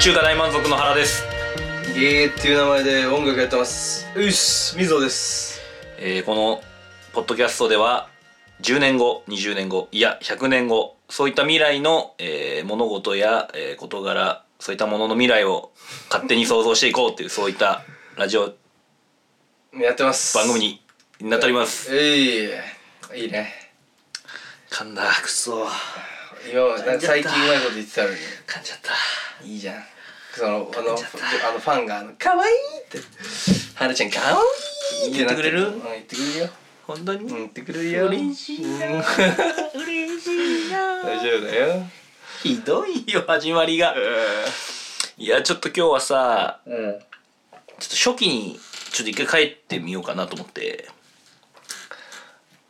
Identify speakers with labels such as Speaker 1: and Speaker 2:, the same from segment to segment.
Speaker 1: 中華大満足の原です
Speaker 2: ゲーっていう名前で音楽やってますうっす水野です
Speaker 1: えーこのポッドキャストでは10年後20年後いや100年後そういった未来の、えー物事や、えー事柄そういったものの未来を勝手に想像していこうっていうそういったラジオ
Speaker 2: やってます
Speaker 1: 番組になっております
Speaker 2: えいいいね
Speaker 1: 噛んだ
Speaker 3: くそ
Speaker 2: 今までなんか最近うまいこと言ってたのに
Speaker 3: 噛んじゃった
Speaker 2: いいじゃんそのあの
Speaker 3: 噛んじゃった
Speaker 2: あのファンがあの「かわいい!」って「はるちゃんかわいい!」ってな
Speaker 1: 言ってくれる
Speaker 2: うん言ってくれるよ
Speaker 1: 本当
Speaker 2: う
Speaker 1: に
Speaker 2: ん言ってくれるよ
Speaker 3: 嬉しいな
Speaker 2: うん
Speaker 3: 嬉しいな
Speaker 2: 大丈夫だよ
Speaker 1: ひどいよ始まりがいやちょっと今日はさ
Speaker 2: うん
Speaker 1: ちょっと初期にちょっと一回帰ってみようかなと思って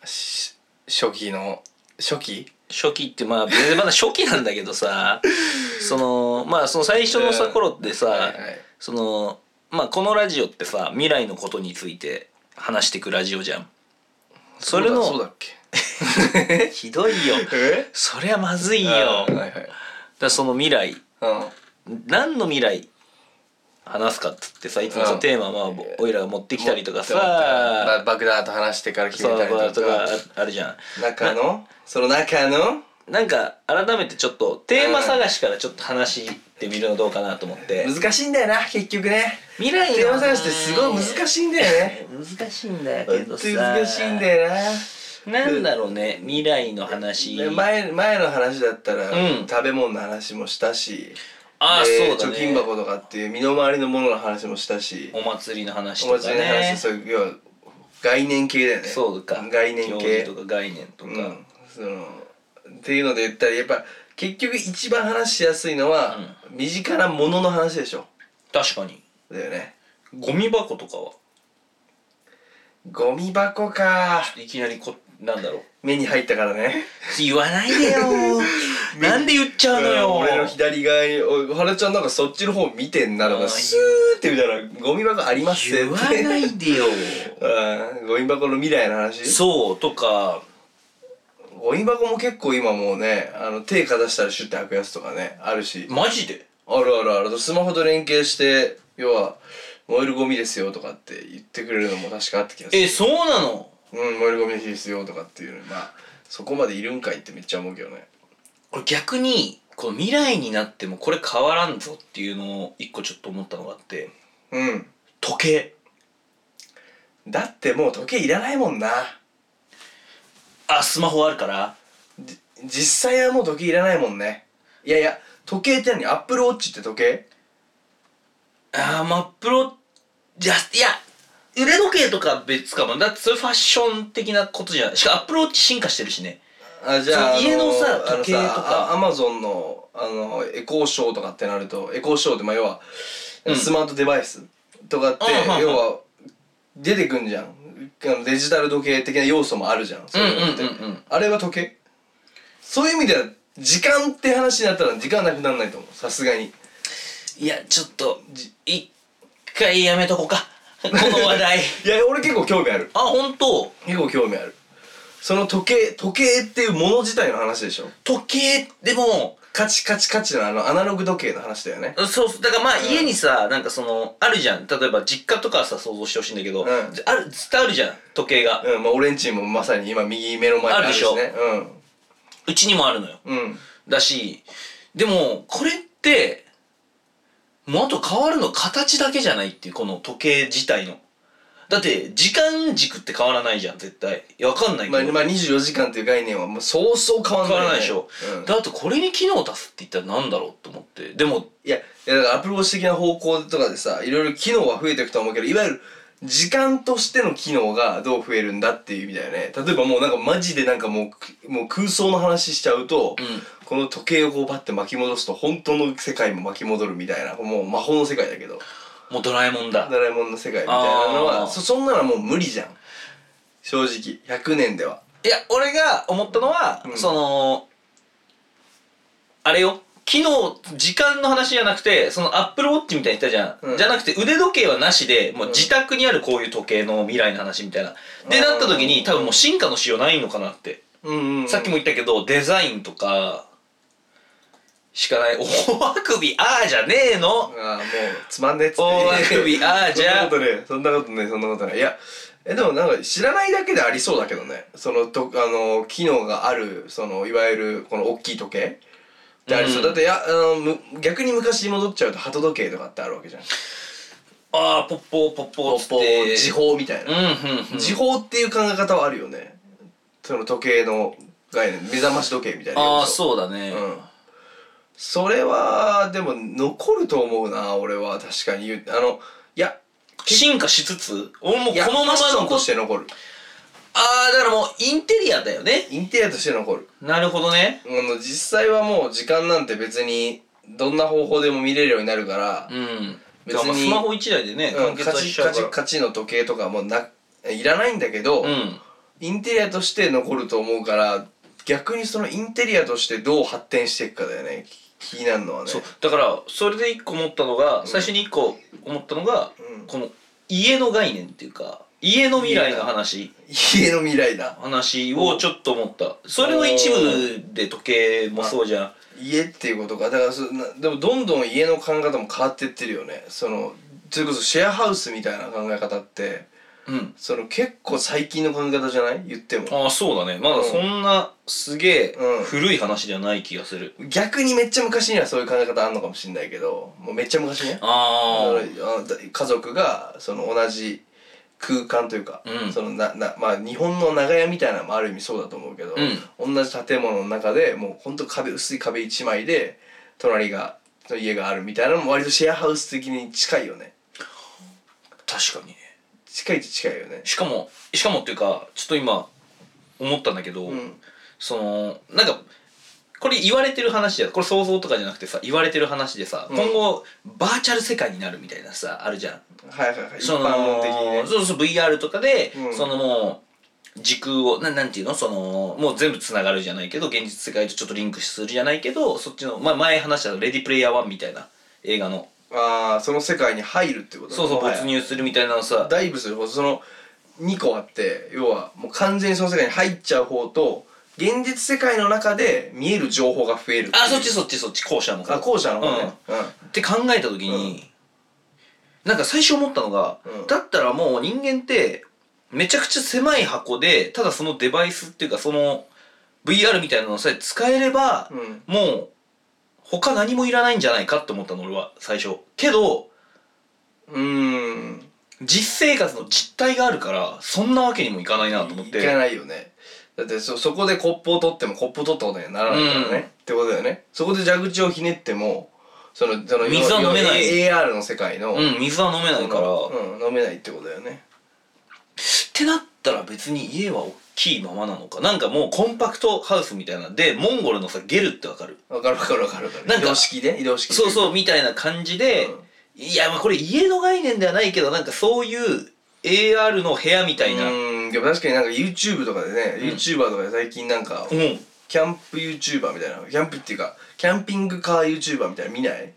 Speaker 2: し初期の初期
Speaker 1: 初期ってまあ全然まだ初期なんだけどさ そのまあその最初のさ
Speaker 2: うん
Speaker 1: 頃ってさ、
Speaker 2: はいはい
Speaker 1: そのまあこのラジオってさ未来のことについて話してくラジオじゃん。それの
Speaker 2: そうだそうだっけ
Speaker 1: ひどいよ。
Speaker 2: え
Speaker 1: そりゃまずい
Speaker 2: い
Speaker 1: よ。だか
Speaker 2: はいはい
Speaker 1: らその未来
Speaker 2: うん
Speaker 1: 何の未来話すかっつってさいつもさ、
Speaker 2: うん
Speaker 1: テーマまあぼおいらが持ってきたりとか
Speaker 2: ば
Speaker 1: さ。
Speaker 2: 爆弾と話してから決
Speaker 1: そ
Speaker 2: め
Speaker 1: う
Speaker 2: た
Speaker 1: とか
Speaker 2: りとか
Speaker 1: ああるじゃん
Speaker 2: 中のその中の
Speaker 1: なんか改めてちょっとテーマ探しからちょっと話してみるのどうかなと思って
Speaker 2: 難しいんだよな結局ね
Speaker 1: 未来
Speaker 2: テーマ探しってすごい難しいんだよね
Speaker 1: 難しいんだ
Speaker 2: 本当に難しいんだよな
Speaker 1: なんだろうね未来の話
Speaker 2: で前前の話だったら、
Speaker 1: うん
Speaker 2: 食べ物の話もしたし
Speaker 1: ああ
Speaker 2: で
Speaker 1: そうだね
Speaker 2: 貯金箱とかっていう身の回りのものの話もしたし
Speaker 1: お祭りの話
Speaker 2: お
Speaker 1: とか
Speaker 2: 祭りの話
Speaker 1: ね
Speaker 2: そういう要は概念系だよね
Speaker 1: そうか
Speaker 2: 概念系
Speaker 1: 行事とか概念とか、
Speaker 2: うん、そのっていうので言ったらやっぱ結局一番話しやすいのは、身近なものの話でしょ
Speaker 1: 確かに
Speaker 2: だよね
Speaker 1: ゴミ箱とかは
Speaker 2: ゴミ箱か
Speaker 1: いきなりこなんだろう
Speaker 2: 目に入ったからね
Speaker 1: 言わないでよなんで言っちゃうのよ
Speaker 2: 俺の左側に「おい原ちゃんなんかそっちの方見てんな」と
Speaker 1: あ
Speaker 2: か
Speaker 1: ー
Speaker 2: スーって見たら「ゴミ箱ありますって」
Speaker 1: 言わないでよ
Speaker 2: うんゴミ箱の未来の話
Speaker 1: そうとか
Speaker 2: ゴミ箱も結構今もうねあの手かざしたらシュッて開くやつとかねあるし
Speaker 1: マジで
Speaker 2: あるあるあるスマホと連携して要は「燃えるゴミですよ」とかって言ってくれるのも確かあった気がする
Speaker 1: えそうなの
Speaker 2: 「うん燃えるゴミですよ」とかっていうのにまあそこまでいるんかいってめっちゃ思うけどね
Speaker 1: 俺逆にこの未来になってもこれ変わらんぞっていうのを一個ちょっと思ったのがあって
Speaker 2: うん
Speaker 1: 時計
Speaker 2: だってもう時計いらないもんな
Speaker 1: あスマホあるから
Speaker 2: じ実際はもう時計いらないもんねいやいや時計って何アップルウォッチって時計
Speaker 1: あーマップロじゃいや腕時計とか別かもだってそれファッション的なことじゃないしかもアップローチ進化してるしね
Speaker 2: あじゃあ
Speaker 1: そう家のさ
Speaker 2: あの
Speaker 1: 時計とか
Speaker 2: あアマゾンのあのエコーショーとかってなるとエコーショーってまあ要は
Speaker 1: うん
Speaker 2: スマートデバイスとかって、
Speaker 1: うんうんうん
Speaker 2: 要は出てくんじゃんあのデジタル時計的な要素もあるじゃんそういうのって、
Speaker 1: うんうんうんうん
Speaker 2: あれは時計そういう意味では時間って話になったら時間なくならないと思うさすがに
Speaker 1: いやちょっとじ一回やめとこうか この話題
Speaker 2: いや俺結構興味ある
Speaker 1: あ本当
Speaker 2: 結構興味あるその時計時計っていうもの自体の話でしょ
Speaker 1: 時計でも
Speaker 2: カチカチカチのあのアナログ時計の話だよね
Speaker 1: そうだからまあ
Speaker 2: うん
Speaker 1: 家にさ、なんかそのあるじゃん例えば実家とかさ想像してほしいんだけど、
Speaker 2: うん
Speaker 1: あるずっとあるじゃん時計が、
Speaker 2: うんまあ俺んちもまさに今右目の前にあるし
Speaker 1: ある
Speaker 2: ね
Speaker 1: うちにもあるのよ
Speaker 2: うんうん
Speaker 1: だしでもこれってもうあと変わるの形だけじゃないっていうこの時計自体のだって時間軸って変わらないじゃん絶対いやわかんないけ
Speaker 2: ま
Speaker 1: ど、
Speaker 2: あ、まあ24時間っていう概念はもうそうそう変わん
Speaker 1: 変
Speaker 2: ない、
Speaker 1: わら
Speaker 2: ね、
Speaker 1: ないでしょ、
Speaker 2: うん
Speaker 1: だってこれに機能を足すって言ったらなんだろうと思ってでも
Speaker 2: いやいやだからアプローチ的な方向とかでさいろいろ機能は増えていくと思うけどいわゆる時間としての機能がどう増えるんだっていう意味だよね例えばもうなんかマジでなんかもうくもう空想の話しちゃうと、
Speaker 1: ん
Speaker 2: この時計をこうバッて巻き戻すと本当の世界も巻き戻るみたいなもう魔法の世界だけど
Speaker 1: もうドラえもんだ
Speaker 2: ドラえもんの世界みたいなの
Speaker 1: あー
Speaker 2: はそそんなのはもう無理じゃん正直100年ではい
Speaker 1: や俺が思ったのは、
Speaker 2: うん
Speaker 1: そのあれよ機能時間の話じゃなくてそのアップルウォッチみたいに言ったじゃん、
Speaker 2: うん
Speaker 1: じゃなくて腕時計はなしでもう
Speaker 2: うん
Speaker 1: 自宅にあるこういう時計の未来の話みたいな、で
Speaker 2: うん
Speaker 1: なった時に多分もう進化のしようないのかなって、
Speaker 2: うん、
Speaker 1: さっきも言ったけどデザインとかしかない大あくびあーじゃねえの
Speaker 2: ああもうつまんねえっつって
Speaker 1: 大あくびあーじゃ
Speaker 2: そんなことねそんなことねそんなことないいやえでもなんか知らないだけでありそうだけどねそのとあの機能があるそのいわゆるこの大きい時計ってありそ
Speaker 1: う
Speaker 2: う、
Speaker 1: ん
Speaker 2: だっていやあのむ逆に昔に戻っちゃうと鳩時計とかってあるわけじゃん
Speaker 1: あーポッポーポッポーっつって
Speaker 2: 時報みたい
Speaker 1: うん
Speaker 2: な、
Speaker 1: うんうん
Speaker 2: 時報っていう考え方はあるよねその時計の概念目覚まし時計みたいな
Speaker 1: ああ
Speaker 2: 要素
Speaker 1: そうだね、
Speaker 2: うんそれはでも残ると思うな俺は確かに言うあのいや
Speaker 1: 進化しつつ俺もう
Speaker 2: いや
Speaker 1: このまま
Speaker 2: ファッション
Speaker 1: 残
Speaker 2: と
Speaker 1: っ
Speaker 2: して残る
Speaker 1: ああだからもうインテリアだよね
Speaker 2: インテリアとして残る
Speaker 1: なるほどね
Speaker 2: あの実際はもう時間なんて別にどんな方法でも見れるようになるから、
Speaker 1: うん
Speaker 2: 別
Speaker 1: 別
Speaker 2: に
Speaker 1: にスマホ一台でね
Speaker 2: うん
Speaker 1: 完結
Speaker 2: カ
Speaker 1: はし
Speaker 2: チ
Speaker 1: ちゃ
Speaker 2: カ
Speaker 1: うか
Speaker 2: チ
Speaker 1: ら
Speaker 2: カチの時計とかもないらないんだけど、
Speaker 1: うん
Speaker 2: インテリアとして残ると思うから逆にそのインテリアとしてどう発展していくかだよねき気になるのはね
Speaker 1: そうだからそれで一個思ったのが、最初に一個思ったのが、
Speaker 2: うん
Speaker 1: この家の概念っていうか家の未来の話
Speaker 2: 家の未来だ
Speaker 1: 話をちょっと思ったそれの一部で時計もそうじゃん
Speaker 2: 家っていうことかだからそなでもどんどん家の考え方も変わってってるよねそのそれこそシェアハウスみたいな考え方って
Speaker 1: うん
Speaker 2: その結構最近の考え方じゃない言っても
Speaker 1: ああそうだねまだそんなすげえ
Speaker 2: うん
Speaker 1: 古い話ではない気がする、
Speaker 2: 逆にめっちゃ昔にはそういう考え方あんのかもしれないけどもうめっちゃ昔ね
Speaker 1: あ
Speaker 2: だからあだ家族がその同じ空間というか、
Speaker 1: うん
Speaker 2: そのななまあ、日本の長屋みたいなのもある意味そうだと思うけど、同じ建物の中でもうほんと壁薄い壁一枚で隣がの家があるみたいなのも割とシェアハウス的に近いよね
Speaker 1: 確かにね
Speaker 2: 近いっちゃ近いよね
Speaker 1: しかもしかもっていうかちょっと今思ったんだけど、
Speaker 2: うん
Speaker 1: そのなんかこれ言われてる話やこれ想像とかじゃなくてさ言われてる話でさ、
Speaker 2: うん
Speaker 1: 今後バーチャル世界になるみたいなさあるじゃん
Speaker 2: はいはいはい一
Speaker 1: その
Speaker 2: 般論的にね
Speaker 1: そうそう VR とかで、
Speaker 2: うん
Speaker 1: そのもう時空をななんていうのそのもう全部つながるじゃないけど現実世界とちょっとリンクするじゃないけどそっちの、まあ、前話した「レディプレイヤー1」みたいな映画の
Speaker 2: ああその世界に入るってことね
Speaker 1: そうそう
Speaker 2: もはや
Speaker 1: 没入するみたいなのさ
Speaker 2: ダイブする方その2個あって要はもう完全にその世界に入っちゃう方と現実世界の中で見える情報が増える
Speaker 1: あそっち
Speaker 2: っ
Speaker 1: そっちそっち後者の
Speaker 2: ちあ
Speaker 1: 方
Speaker 2: 後者の方ね、う
Speaker 1: って考えた時に、なんか最初思ったのが、
Speaker 2: うん
Speaker 1: だったらもう人間ってめちゃくちゃ狭い箱でただそのデバイスっていうかその VR みたいなのさえ使えれば、
Speaker 2: んうん、
Speaker 1: もう他何もいらないんじゃないかって思ったの俺は最初けど
Speaker 2: うーん
Speaker 1: 実生活の実態があるからそんなわけにもいかないなと思っ
Speaker 2: いか
Speaker 1: て
Speaker 2: ないよねだってそそこでコップを取ってもコップ取ったことにはならないからね、
Speaker 1: うん
Speaker 2: ってことだよねそこで蛇口をひねってもそのその
Speaker 1: 水は飲めない
Speaker 2: 要は AR の世界の、
Speaker 1: うん水は飲めないから、っ
Speaker 2: うん、飲めないってことだよね
Speaker 1: てなったら別に家は大きいままなのかなんかもうコンパクトハウスみたいなでモンゴルのさゲルってわかる
Speaker 2: わかるわかるわかるわかる
Speaker 1: なん
Speaker 2: 移
Speaker 1: か
Speaker 2: 動式で移動式
Speaker 1: そう
Speaker 2: う
Speaker 1: そうみたいな感じで、
Speaker 2: うん
Speaker 1: いやまあこれ家の概念ではないけどなんかそういう AR の部屋みたいな、
Speaker 2: うんでも確かになんか YouTube とかでね、
Speaker 1: うん
Speaker 2: YouTuber とかで最近なんか、
Speaker 1: うん
Speaker 2: キャンプ YouTuber みたいなキャンプっていうかキャンピングカー YouTuber みたいなの見ない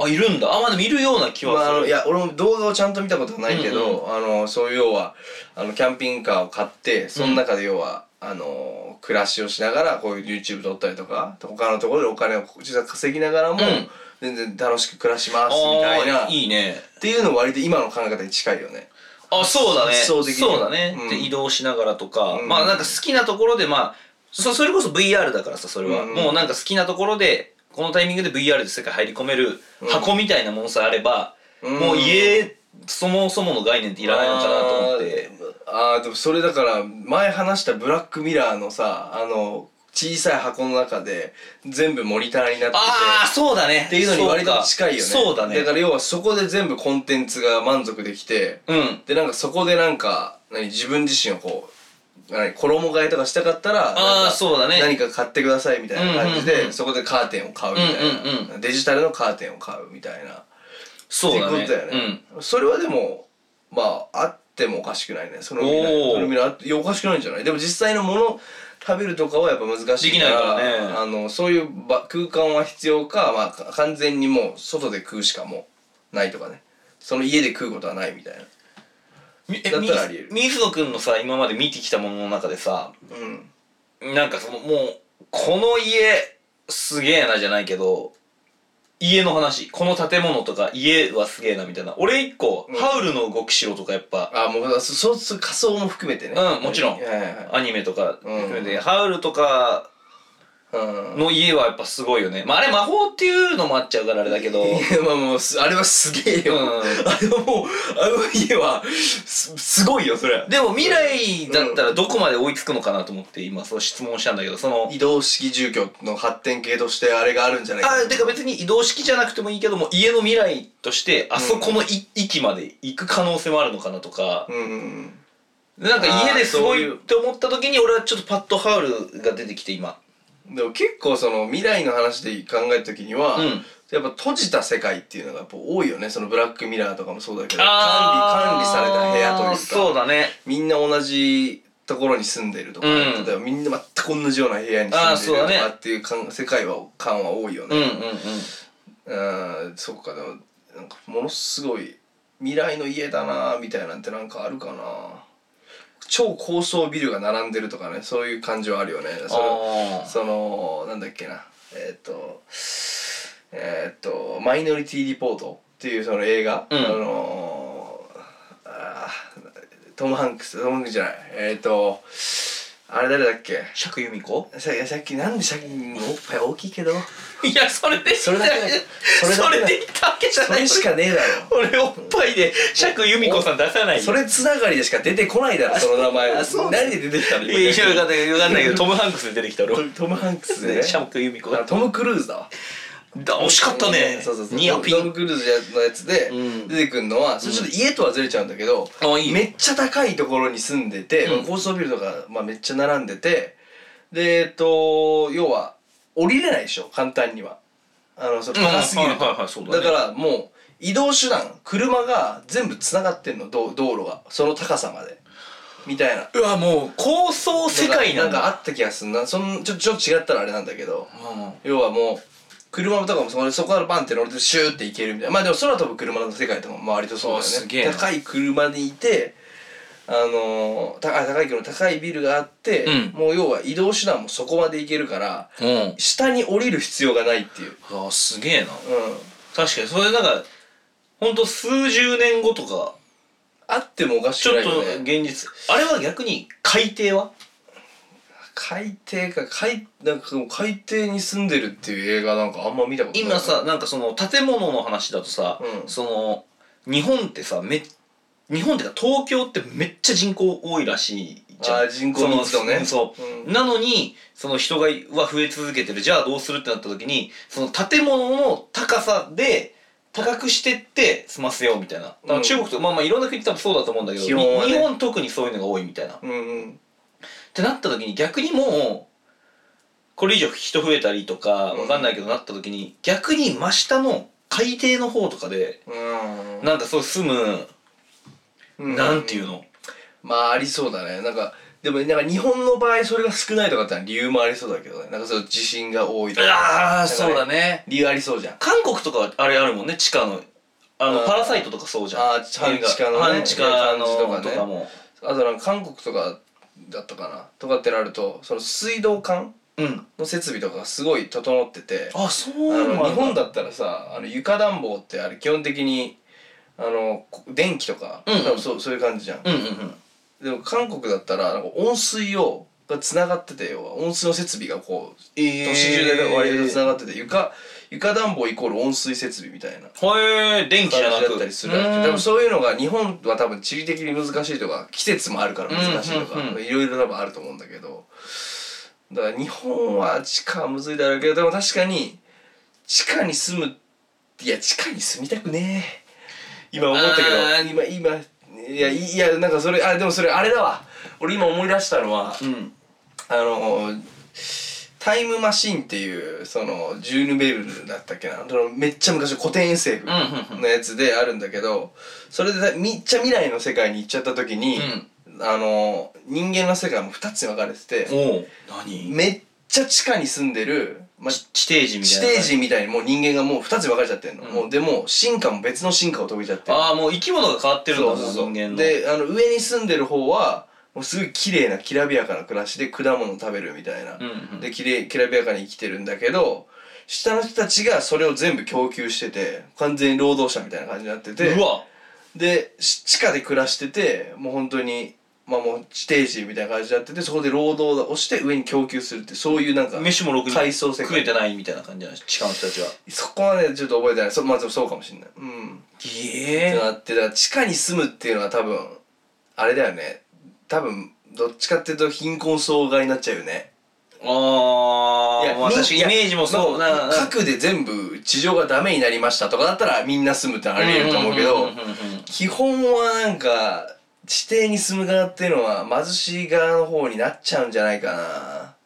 Speaker 1: あいるんだあまあでもいるような気
Speaker 2: ま
Speaker 1: は
Speaker 2: あ、あ
Speaker 1: す
Speaker 2: の
Speaker 1: る、
Speaker 2: いや俺も動画をちゃんと見たことはないけど、あのそういう要はあのキャンピングカーを買ってその中で要は、あの暮らしをしながらこういう YouTube 撮ったりとか他のところでお金を実は稼ぎながらも、
Speaker 1: うん
Speaker 2: 全然楽しく暮らし
Speaker 1: あ
Speaker 2: ます
Speaker 1: ー
Speaker 2: みたいない
Speaker 1: いね
Speaker 2: っていうの割と今の考え方に近いよね。
Speaker 1: あそうだね
Speaker 2: 発想的には
Speaker 1: そうだね、
Speaker 2: うん
Speaker 1: で移動しながらとか、
Speaker 2: うん
Speaker 1: まあなんか好きなところでまあそそれこそ VR だからさそれは、
Speaker 2: うん
Speaker 1: もうなんか好きなところでこのタイミングで VR で世界入り込める
Speaker 2: うん
Speaker 1: 箱みたいなものさえあれば、
Speaker 2: うん
Speaker 1: もう家そもそもの概念っていらないのかなと思って
Speaker 2: あーあーでもそれだから前話したブラックミラーのさあの小さい箱の中で全部モニターになってて
Speaker 1: ああーそうだね
Speaker 2: っていうのに割と近いよね
Speaker 1: そうかそうだね
Speaker 2: だから要はそこで全部コンテンツが満足できて
Speaker 1: うん
Speaker 2: でなんかそこでなんか何自分自身をこう何衣替えとかしたかったら
Speaker 1: あ
Speaker 2: なん
Speaker 1: あ
Speaker 2: か
Speaker 1: そうだね
Speaker 2: 何か買ってくださいみたいな
Speaker 1: う
Speaker 2: 感じ
Speaker 1: んうんう
Speaker 2: で
Speaker 1: ん
Speaker 2: そこでカーテンを買うみた
Speaker 1: うん
Speaker 2: い
Speaker 1: うん
Speaker 2: なデジタルのカーテンを買うみたいな
Speaker 1: そうだ
Speaker 2: っ
Speaker 1: ね
Speaker 2: ていうことだよね、それはでもまああってもおかしくないねその未
Speaker 1: お
Speaker 2: 来
Speaker 1: ー
Speaker 2: その未来あっていやおかしくないんじゃないでも実際のもの食べるとかはやっぱ難しいから
Speaker 1: できないからね
Speaker 2: あのそういう場空間は必要か、まあか、完全にもう外で食うしかもうないとかねその家で食うことはないみたいな
Speaker 1: みえ
Speaker 2: だったらあり得る
Speaker 1: み水野君のさ今まで見てきたものの中でさ
Speaker 2: うん
Speaker 1: なんかそのもうこの家すげえなじゃないけど家の話この建物とか家はすげえなみたいな俺一個、
Speaker 2: うん
Speaker 1: ハウルの動きしろとかやっぱ
Speaker 2: あもうそそうそう仮想も含めてね
Speaker 1: うんもちろん
Speaker 2: はいはいは
Speaker 1: アニメとか含めて、
Speaker 2: うん
Speaker 1: ハウルとか
Speaker 2: いうん
Speaker 1: の家はやっぱすごいよねまああれ魔法っていうのもあっちゃうからあれだけど、うん、
Speaker 2: いやまあもうすあれはすげえよ、あれはもうあの家はすすごいよそれ
Speaker 1: でも未来だったらどこまで追いつくのかなと思って今その質問したんだけどその
Speaker 2: 移動式住居の発展系としてあれがあるんじゃないか
Speaker 1: あてか別に移動式じゃなくてもいいけども家の未来としてあそこのい、域まで行く可能性もあるのかなとか、
Speaker 2: うんうんうん
Speaker 1: なんか家
Speaker 2: あー
Speaker 1: ですご
Speaker 2: そうい
Speaker 1: いうって思った時に俺はちょっとパッとハウルが出てきて今
Speaker 2: でも結構その未来の話で考えた時には、
Speaker 1: うん
Speaker 2: やっぱ閉じた世界っていうのがやっぱ多いよねそのブラックミラーとかもそうだけど管理管理された部屋というか
Speaker 1: そうだね
Speaker 2: みんな同じところに住んでるとか、
Speaker 1: うん
Speaker 2: 例えばみんな全く同じような部屋に
Speaker 1: あー
Speaker 2: 住んで
Speaker 1: そう
Speaker 2: る
Speaker 1: だね
Speaker 2: とかっていう感世界は感は多いよ
Speaker 1: うんうんう
Speaker 2: ね。
Speaker 1: ん
Speaker 2: うん、そうかでもなんかものすごい未来の家だなみたいなんてなんかあるかな超高層ビルが並んでるとかねそういう感じはあるよね。それ
Speaker 1: あー
Speaker 2: そのなんだっけなえーっ、とえーっ、と「マイノリティ・リポート」っていうその映画、
Speaker 1: うん
Speaker 2: あのーあートム・ハンクストム・ハンクスじゃないえーっ、とあれ誰だっけ
Speaker 1: 釈由美子
Speaker 2: ささっきなんでさっきおっぱい大きいけど
Speaker 1: いやそれで
Speaker 2: それだけ
Speaker 1: そ
Speaker 2: そ
Speaker 1: れ
Speaker 2: れだけ
Speaker 1: で言ったわけじゃ
Speaker 2: そ
Speaker 1: ない
Speaker 2: れしかねえだろ
Speaker 1: 俺おっぱいで釈由美子さん出さないよ
Speaker 2: それつながりでしか出てこないだろその名前
Speaker 1: あそう
Speaker 2: 何で出てきたの
Speaker 1: いやいや分かんない分かんないけどトム・ハンクスで出てきた
Speaker 2: ト
Speaker 1: ろ
Speaker 2: トム・ハンクスで、ね、
Speaker 1: 釈由美子
Speaker 2: あトム・クルーズだわ
Speaker 1: だ惜しかったね
Speaker 2: そうそうそう
Speaker 1: ニアピ
Speaker 2: ト
Speaker 1: ン
Speaker 2: ム・クルーズのやつで
Speaker 1: うん
Speaker 2: 出てくるのは、それちょっと家とはずれちゃうんだけど、
Speaker 1: あいい
Speaker 2: めっちゃ高いところに住んでて、
Speaker 1: うん
Speaker 2: 高層ビルとか、まあ、めっちゃ並んでてでえっと要は降りれないでしょ簡単にはあのそれ高すぎ
Speaker 1: う
Speaker 2: ると、
Speaker 1: んはいはいはいそうだね
Speaker 2: だからもう移動手段車が全部つながってんの道道路がその高さまでみたいな
Speaker 1: うわもう高層世界なん
Speaker 2: か
Speaker 1: だ
Speaker 2: あった気がすんなそんちょちょっと違ったらあれなんだけど
Speaker 1: うん
Speaker 2: 要はもう車とかもそこでそこからバンって乗ってシューって行けるみたいなまあでも空飛ぶ車の世界とかも割とそうだよね
Speaker 1: あすげえな
Speaker 2: 高い車にいてあのー、たあ高い車高いビルがあって、
Speaker 1: うん
Speaker 2: もう要は移動手段もそこまで行けるから
Speaker 1: うん
Speaker 2: 下に降りる必要がないっていう、うん、
Speaker 1: あーすげえな確かにそれなんかほんと数十年後とか
Speaker 2: あってもおか
Speaker 1: ち
Speaker 2: し
Speaker 1: ょ
Speaker 2: くな
Speaker 1: っ
Speaker 2: い
Speaker 1: と
Speaker 2: よね
Speaker 1: 現実あれは逆に海底は
Speaker 2: 海底か海なんかでも海底に住んでるっていう映画なんかあんま見たことない
Speaker 1: 今さなんかその建物の話だとさ、
Speaker 2: うん
Speaker 1: その日本ってさめ日本ってか東京ってめっちゃ人口多いらしいじゃ
Speaker 2: あ
Speaker 1: ん
Speaker 2: ー人口密度ね
Speaker 1: そのそう、
Speaker 2: うん
Speaker 1: なのにその人がは増え続けてるじゃあどうするってなった時にその建物の高さで高くしてって済ますよみたいなだから中国と、まあまあいろんな国多分そうだと思うんだけど、
Speaker 2: 基本はね
Speaker 1: 日本特にそういうのが多いみたいな
Speaker 2: うんうん
Speaker 1: ってなった時に逆にもうこれ以上人増えたりとかわかんないけどなった時に逆に真下の海底の方とかで
Speaker 2: うん
Speaker 1: なんかそう住む
Speaker 2: うん
Speaker 1: なんていうの
Speaker 2: まあありそうだねなんかでもなんか日本の場合それが少ないとかってのは理由もありそうだけどねなんかそう地震が多いとか
Speaker 1: あ
Speaker 2: な
Speaker 1: あ
Speaker 2: んかね
Speaker 1: そうだね
Speaker 2: 理由ありそうじゃん
Speaker 1: 韓国とかはあれあるもんね地下のあの
Speaker 2: あー
Speaker 1: パラサイトとかそうじゃん
Speaker 2: あー半地下のね
Speaker 1: 半地下の
Speaker 2: 感じとかね
Speaker 1: とかも
Speaker 2: あとなんか韓国とかだったかなとかってなるとその水道管
Speaker 1: うん
Speaker 2: の設備とかがすごい整ってて
Speaker 1: あそう
Speaker 2: あ
Speaker 1: な
Speaker 2: の
Speaker 1: の
Speaker 2: 日本だったらさあの床暖房ってあれ基本的にあのこ電気とか、
Speaker 1: うんうん
Speaker 2: 多分そうそういう感じじゃん、
Speaker 1: うんうんうん
Speaker 2: でも韓国だったらなんか温水をがつながってて要は温水の設備がこう
Speaker 1: え
Speaker 2: 都市中で割とつながってて床床暖房イコール温水設備みたいな
Speaker 1: へえ電気じゃな
Speaker 2: 感
Speaker 1: く
Speaker 2: じだったりするらしい多分そういうのが日本は多分地理的に難しいとか季節もあるから難しいと
Speaker 1: うんうんう
Speaker 2: か
Speaker 1: ん
Speaker 2: いろいろ多分あると思うんだけどだから日本は地下はむずいだろうけどでも確かに地下に住むいや地下に住みたくねえ今思ったけ
Speaker 1: あ
Speaker 2: ど今今いやいいやなんかそれあでもそれあれだわ俺今思い出したのは
Speaker 1: うん
Speaker 2: あのタイムマシンっていうそのジュール・ベルだったっけなそのめっちゃ昔の古典 SF
Speaker 1: うんうんうん
Speaker 2: のやつであるんだけどそれでめっちゃ未来の世界に行っちゃった時に、あの人間の世界も2つに分かれてて
Speaker 1: おう何
Speaker 2: めっちゃ地下に住んでる、まあ、
Speaker 1: ち地底人みた
Speaker 2: 地
Speaker 1: いな
Speaker 2: 底人みたいにもう人間がもう2つに分かれちゃってんの、
Speaker 1: うん
Speaker 2: もうでも進化も別の進化を遂げちゃってる
Speaker 1: ああもう生き物が変わってるんだも
Speaker 2: そうんそうそう
Speaker 1: 人間の
Speaker 2: であの上に住んでる方はもうすごい綺麗なきらびやかな暮らしで果物食べるみたいな、
Speaker 1: うんうん
Speaker 2: できれいきらびやかに生きてるんだけど下の人たちがそれを全部供給してて完全に労働者みたいな感じになってて
Speaker 1: うわ
Speaker 2: でし地下で暮らしててもう本当にまあもう地底人みたいな感じになっててそこで労働をして上に供給するってそういうなんか
Speaker 1: 飯もろくに
Speaker 2: 階層世界
Speaker 1: 食えてないみたいな感じなんです地下の人たちは
Speaker 2: そこはねちょっと覚えてないそまあでもそうかもしれないうんって
Speaker 1: え
Speaker 2: なってだから地下に住むっていうのは多分あれだよね多分どっちかっていうと貧困層側になっちゃうよね
Speaker 1: あー、まあ
Speaker 2: み
Speaker 1: 確かにイメージもそう
Speaker 2: まあ
Speaker 1: な
Speaker 2: 核で全部地上がダメになりましたとかだったらみんな住むってのはありえると思うけ
Speaker 1: ん
Speaker 2: ど
Speaker 1: んうんうんうん
Speaker 2: 基本はなんか地底に住む側っていうのは貧しい側の方になっちゃうんじゃないか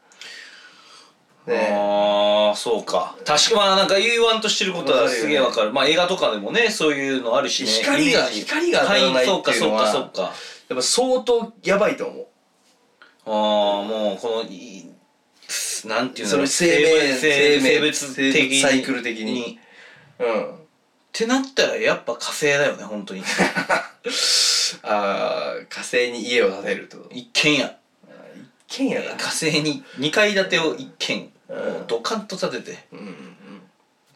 Speaker 2: なね
Speaker 1: ああそうか確かまあなんか言わんとしてること
Speaker 2: わ
Speaker 1: は
Speaker 2: かるよね
Speaker 1: すげえわかるまあ映画とかでもねそういうのあるしね
Speaker 2: 光が
Speaker 1: イメージ
Speaker 2: 光が当たらないっていうのは
Speaker 1: はいそうかそうかそうか
Speaker 2: やっぱ相当やばいと思う
Speaker 1: ああもうこのいいなんていうの
Speaker 2: その生命
Speaker 1: 生
Speaker 2: 生命
Speaker 1: 生物的に
Speaker 2: サイクル的にうん
Speaker 1: ってなったらやっぱ火星だよね本当に
Speaker 2: あー火星に家を建てるってこと
Speaker 1: 一軒家
Speaker 2: 剣やな
Speaker 1: 火星に2階建てを一軒
Speaker 2: うん
Speaker 1: もうドカンと建てて
Speaker 2: うんうん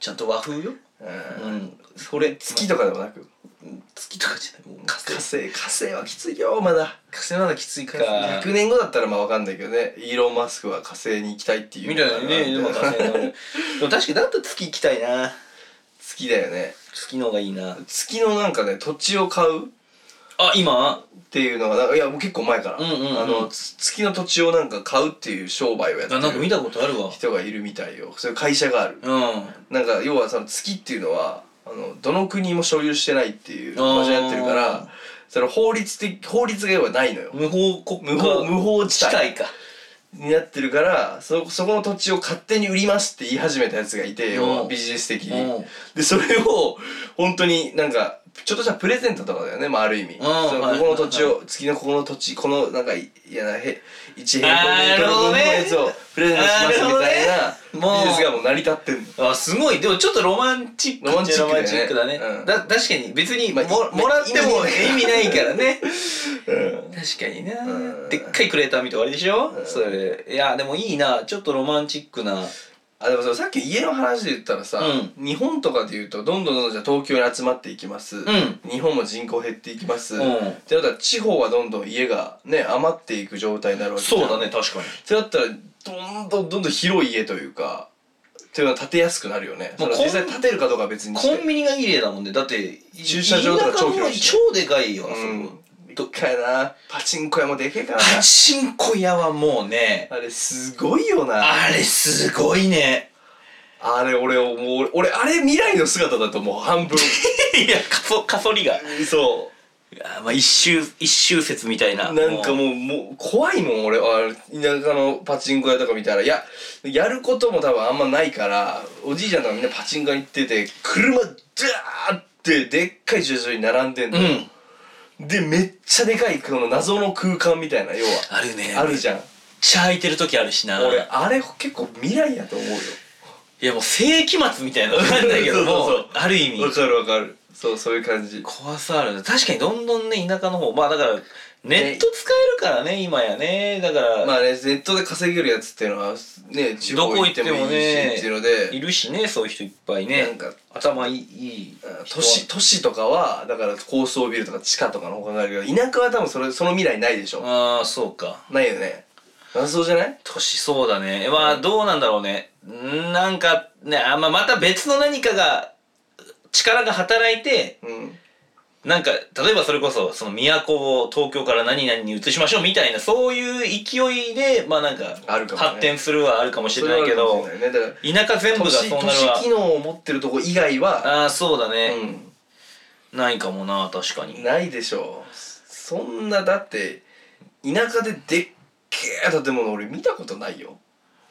Speaker 1: ちゃんと和風よう
Speaker 2: うんうん
Speaker 1: んそれ
Speaker 2: 月とかでもなく
Speaker 1: 月とかじゃないもう火
Speaker 2: 火
Speaker 1: 星
Speaker 2: 星火星はきついよまだ
Speaker 1: 火星まだきついか
Speaker 2: 100年後だったらまあわかんないけどねイーロン・マスクは火星に行きたいっていう
Speaker 1: みたいなね、でも火星の。でも確かにだったら月行きたいな。
Speaker 2: 月だよね
Speaker 1: 月の方がいいな。
Speaker 2: 月のなんかね土地を買うっ
Speaker 1: あ、今
Speaker 2: ていうのがなんかいやもう結構前から、
Speaker 1: うんうんうん
Speaker 2: あのつ月の土地をなんか買うっていう商売をやって
Speaker 1: あ、なんか見
Speaker 2: る
Speaker 1: たことあるわ。
Speaker 2: 人がいるみたいよそういう会社がある
Speaker 1: うん。
Speaker 2: なんか要はその月っていうのはあのどの国も所有してないっていう場所になってるか
Speaker 1: あー
Speaker 2: らその法律的法律が要はないのよ、
Speaker 1: 無法国家
Speaker 2: 無法無法地帯
Speaker 1: 地帯か。
Speaker 2: になってるからそそこの土地を勝手に売りますって言い始めたやつがいて、
Speaker 1: ん
Speaker 2: 要はビジネス的に、
Speaker 1: うん
Speaker 2: でそれを本当になんかちょっとしたプレゼントとかだよね、まあ、ある意味、
Speaker 1: ん
Speaker 2: その
Speaker 1: はい
Speaker 2: ここの土地を、月のここの土地このなんかいいやなへ1平方メートル分のやつをプレゼントしますみた
Speaker 1: な
Speaker 2: いな
Speaker 1: るほどねもう
Speaker 2: ビジネスがもう成り立ってんの。
Speaker 1: あ、すごい。でもちょっとロマンチックっちゃ
Speaker 2: ロマンチック
Speaker 1: ロマ
Speaker 2: だ
Speaker 1: ンチック
Speaker 2: ね
Speaker 1: だね。
Speaker 2: うん
Speaker 1: だ確かに別にも
Speaker 2: まあい
Speaker 1: もらっても
Speaker 2: まあ
Speaker 1: 意味ないから ね。
Speaker 2: うん
Speaker 1: 確かに
Speaker 2: う
Speaker 1: な。
Speaker 2: ん
Speaker 1: でっかいクレーター見て終わりでしょ
Speaker 2: うん
Speaker 1: それ。いや、でもいいな。ちょっとロマンチックな。
Speaker 2: あでもささっき家の話で言ったらさ、
Speaker 1: う
Speaker 2: 日本とかで言うとどんどんどんどんじゃあ東京に集まっていきます、
Speaker 1: ん
Speaker 2: 日本も人口減っていきます、
Speaker 1: うん
Speaker 2: ってなったら地方はどんどん家がね余っていく状態になるわけじゃん
Speaker 1: 確かに。
Speaker 2: ってなったらどんどんどんどん広い家というかっていうのは建てやすくなるよね
Speaker 1: も
Speaker 2: そうの
Speaker 1: コン
Speaker 2: 実際建てるかどうかは別に
Speaker 1: コ
Speaker 2: して
Speaker 1: ンビニが綺麗だもんねだって
Speaker 2: 駐車場とか超広いし
Speaker 1: 田舎の方超でかいよあそこ、
Speaker 2: うんどっかやなパチンコ屋もでけえからな
Speaker 1: パチンコ屋はもうね
Speaker 2: あれすごいよな
Speaker 1: あれすごいね
Speaker 2: あれ俺もう俺あれ未来の姿だと思う半 分
Speaker 1: いやかそかそりがい
Speaker 2: そう
Speaker 1: やまあ一周一周説みたいな
Speaker 2: なんかもうもう怖いもん俺は田舎のパチンコ屋とか見たらいややることも多分あんまないからおじいちゃんとかみんなパチンコ屋行ってて車ダーってでっかい駐車場に並んでん
Speaker 1: う
Speaker 2: の、
Speaker 1: ん
Speaker 2: でめっちゃでかいこの謎の空間みたいな要は
Speaker 1: あるね
Speaker 2: あるじゃん
Speaker 1: めっちゃ空いてる時あるしな
Speaker 2: 俺あれ結構未来やと思うよ
Speaker 1: いやもう世紀末みたいな感じだ けども
Speaker 2: そうそうそう
Speaker 1: ある意味
Speaker 2: わかるわかるそうそういう感じ
Speaker 1: 怖さあるね確かにどんどんね田舎の方まあだからネット使えるからね今やねだから、
Speaker 2: まあねネットで稼げるやつっていうのはね地
Speaker 1: どこ
Speaker 2: 方行
Speaker 1: 行
Speaker 2: っ
Speaker 1: って
Speaker 2: てもい
Speaker 1: も
Speaker 2: いし
Speaker 1: ね
Speaker 2: っていうので
Speaker 1: いるしねそういう人いっぱいね
Speaker 2: なんか
Speaker 1: 頭いいいい
Speaker 2: 都市都市とかはだから高層ビルとか地下とかの方があるけど田舎は多分それその未来ないでしょ
Speaker 1: ああそうか
Speaker 2: ないよね謎じゃない
Speaker 1: 都市そうだねまあどうなんだろうねんなんかねあ、まあ、また別の何かが力が働いて
Speaker 2: うん
Speaker 1: なんか例えばそれこそその都を東京から何々に移しましょうみたいなそういう勢いでまあなんか
Speaker 2: あるかもね
Speaker 1: 発展するはあるかもしれないけど
Speaker 2: それはあるかもしれないねだから
Speaker 1: 田舎全部
Speaker 2: 都
Speaker 1: がそう
Speaker 2: 市
Speaker 1: なる
Speaker 2: 都市機
Speaker 1: は
Speaker 2: 能を持ってるとこ以外は
Speaker 1: ああそうだ
Speaker 2: う
Speaker 1: ね、
Speaker 2: ん
Speaker 1: ないかもな確かに
Speaker 2: ないでしょうそんなだって田舎ででっけえ建物俺見たことないよ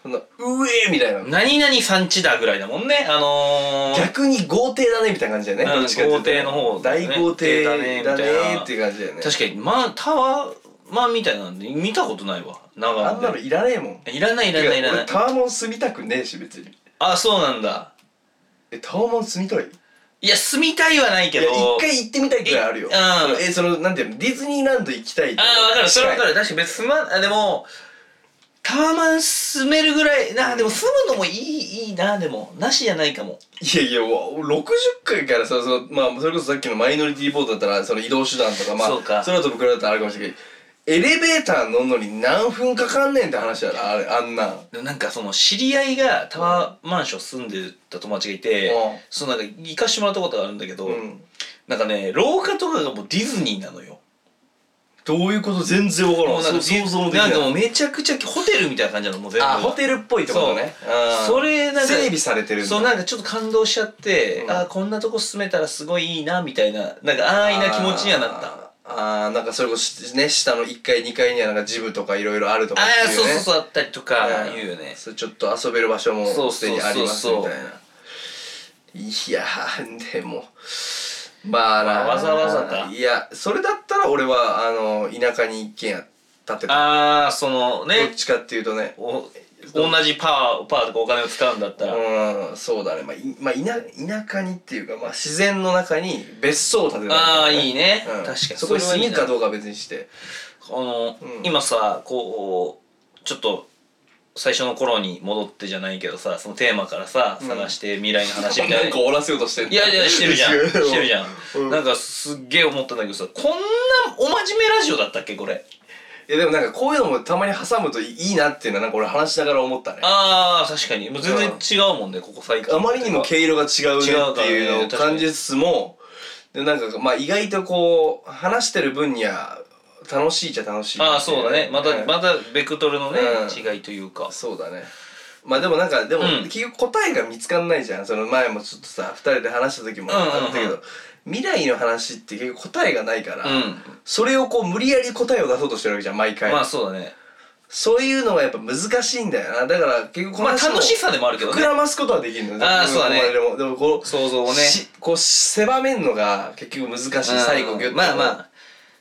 Speaker 2: そんな「うえ!」みたいな
Speaker 1: 何々産地だぐらいだもんねあのー、
Speaker 2: 逆に豪邸だねみたいな感じだよね、
Speaker 1: うん
Speaker 2: どっちかっていうと
Speaker 1: 豪邸の方だ
Speaker 2: 大
Speaker 1: ね
Speaker 2: 豪邸だね
Speaker 1: 豪邸だねみたいな
Speaker 2: っていう感じだよね
Speaker 1: 確かにまあタワーマンみたいなんで見たことないわ長
Speaker 2: あん
Speaker 1: 野
Speaker 2: なの
Speaker 1: で
Speaker 2: いらねえもん
Speaker 1: いらないいらないいらな
Speaker 2: 俺
Speaker 1: い
Speaker 2: タワマン住みたくねえし別に
Speaker 1: あそうなんだ
Speaker 2: えタワマン住みたいい
Speaker 1: いや住みたいはないけ
Speaker 2: や
Speaker 1: ど
Speaker 2: 一回行ってみたいくらいあるよ
Speaker 1: いうん
Speaker 2: えそのなんていうのディズニーランド行きたい
Speaker 1: ああ分かるそれ分か
Speaker 2: る
Speaker 1: る確かに別にすまんあでもタワマン住めるぐらいなあでも住むのもいいいいなあでもなしじゃないかも
Speaker 2: いやいやわ60回からさその、まあ、それこそさっきのマイノリティボートだったらその移動手段とか,、まあ、
Speaker 1: そうか
Speaker 2: 空飛ぶクラだったらあるかもしれないけどエレベーター乗んのに何分かかんねんって話やろあれあんなん。
Speaker 1: でもなんかその知り合いがタワーマンション住んでた友達がいて、
Speaker 2: うん
Speaker 1: そのなんか行かしてもらったことがあるんだけど、
Speaker 2: うん
Speaker 1: なんかね廊下とかがもうディズニーなのよ
Speaker 2: どういうこと全然わからん
Speaker 1: もうなんか
Speaker 2: そ想像もでき
Speaker 1: な
Speaker 2: ない
Speaker 1: んかもうめちゃくちゃホテルみたいな感じなのもう全部
Speaker 2: あホテルっぽいってことね
Speaker 1: そうそれなんか
Speaker 2: 整備されてるんだ
Speaker 1: そうなんかちょっと感動しちゃって、
Speaker 2: うん
Speaker 1: ああこんなとこ住めたらすごいいいなみたいななんか安易な気持ちにはなったあ
Speaker 2: あーあーなんかそれこそね下の1階2階にはなんかジムとかいろいろあるとか
Speaker 1: あ
Speaker 2: って
Speaker 1: ー
Speaker 2: い
Speaker 1: そうそう
Speaker 2: うね
Speaker 1: そうあったりとか言うよね、
Speaker 2: それちょっと遊べる場所も
Speaker 1: そう
Speaker 2: すでにありますみた
Speaker 1: そ
Speaker 2: い
Speaker 1: うそう
Speaker 2: ないやーでもまあな
Speaker 1: まあわざわざか
Speaker 2: いやそれだったら俺はあの田舎に一軒家建てた
Speaker 1: ああそのね
Speaker 2: どっちかっていうとね
Speaker 1: お同じパーパーとかお金を使うんだったら、
Speaker 2: うんそうだねまあ、いまあ、田田舎にっていうか、まあ、自然の中に別荘を建てた
Speaker 1: ああいいね、
Speaker 2: う
Speaker 1: 確
Speaker 2: ん
Speaker 1: かに
Speaker 2: そこに住むか
Speaker 1: う
Speaker 2: どうかは別にして
Speaker 1: あの、
Speaker 2: うん
Speaker 1: 今さこうちょっと最初の頃に戻ってじゃないけどさそのテーマからさ
Speaker 2: うん
Speaker 1: 探して未来の話みたいな、
Speaker 2: なんか終わらせようとしてん
Speaker 1: いやいやしてるじゃんしてるじゃん、
Speaker 2: ん
Speaker 1: なんかすっげえ思ったんだけどさこんなお真面目ラジオだったっけこれ
Speaker 2: いやでもなんかこういうのもたまに挟むといいなっていうのはなんか俺話しながら思ったねあ
Speaker 1: あー確かにもう全然違うもんね、ここ最近
Speaker 2: まりにも毛色が違うねっていうのを感じつつもでなんかまあ意外とこう話してる分には楽しいっちゃ楽しい
Speaker 1: ああそうだねまた、
Speaker 2: うん
Speaker 1: またベクトルのね、
Speaker 2: う
Speaker 1: 違いというか
Speaker 2: そうだねまあでもなんかでも、
Speaker 1: うん
Speaker 2: 結局答えが見つかんないじゃんその前もちょっとさ2人で話した時もあったけど、
Speaker 1: うんうんう
Speaker 2: 未来の話って結局答えがないから、
Speaker 1: うん
Speaker 2: それをこう無理やり答えを出そうとしてるわけじゃん毎回、
Speaker 1: まあそうだね
Speaker 2: そういうのはやっぱ難しいんだよなだから結局この
Speaker 1: まあ
Speaker 2: 話も
Speaker 1: 楽しさでもあるけど
Speaker 2: 膨
Speaker 1: ね
Speaker 2: らますことはできるの
Speaker 1: あーそうだね
Speaker 2: でもでもこう
Speaker 1: 想像をね
Speaker 2: しこう狭めんのが結局難しい最後
Speaker 1: うん
Speaker 2: ギュッと
Speaker 1: まあまあ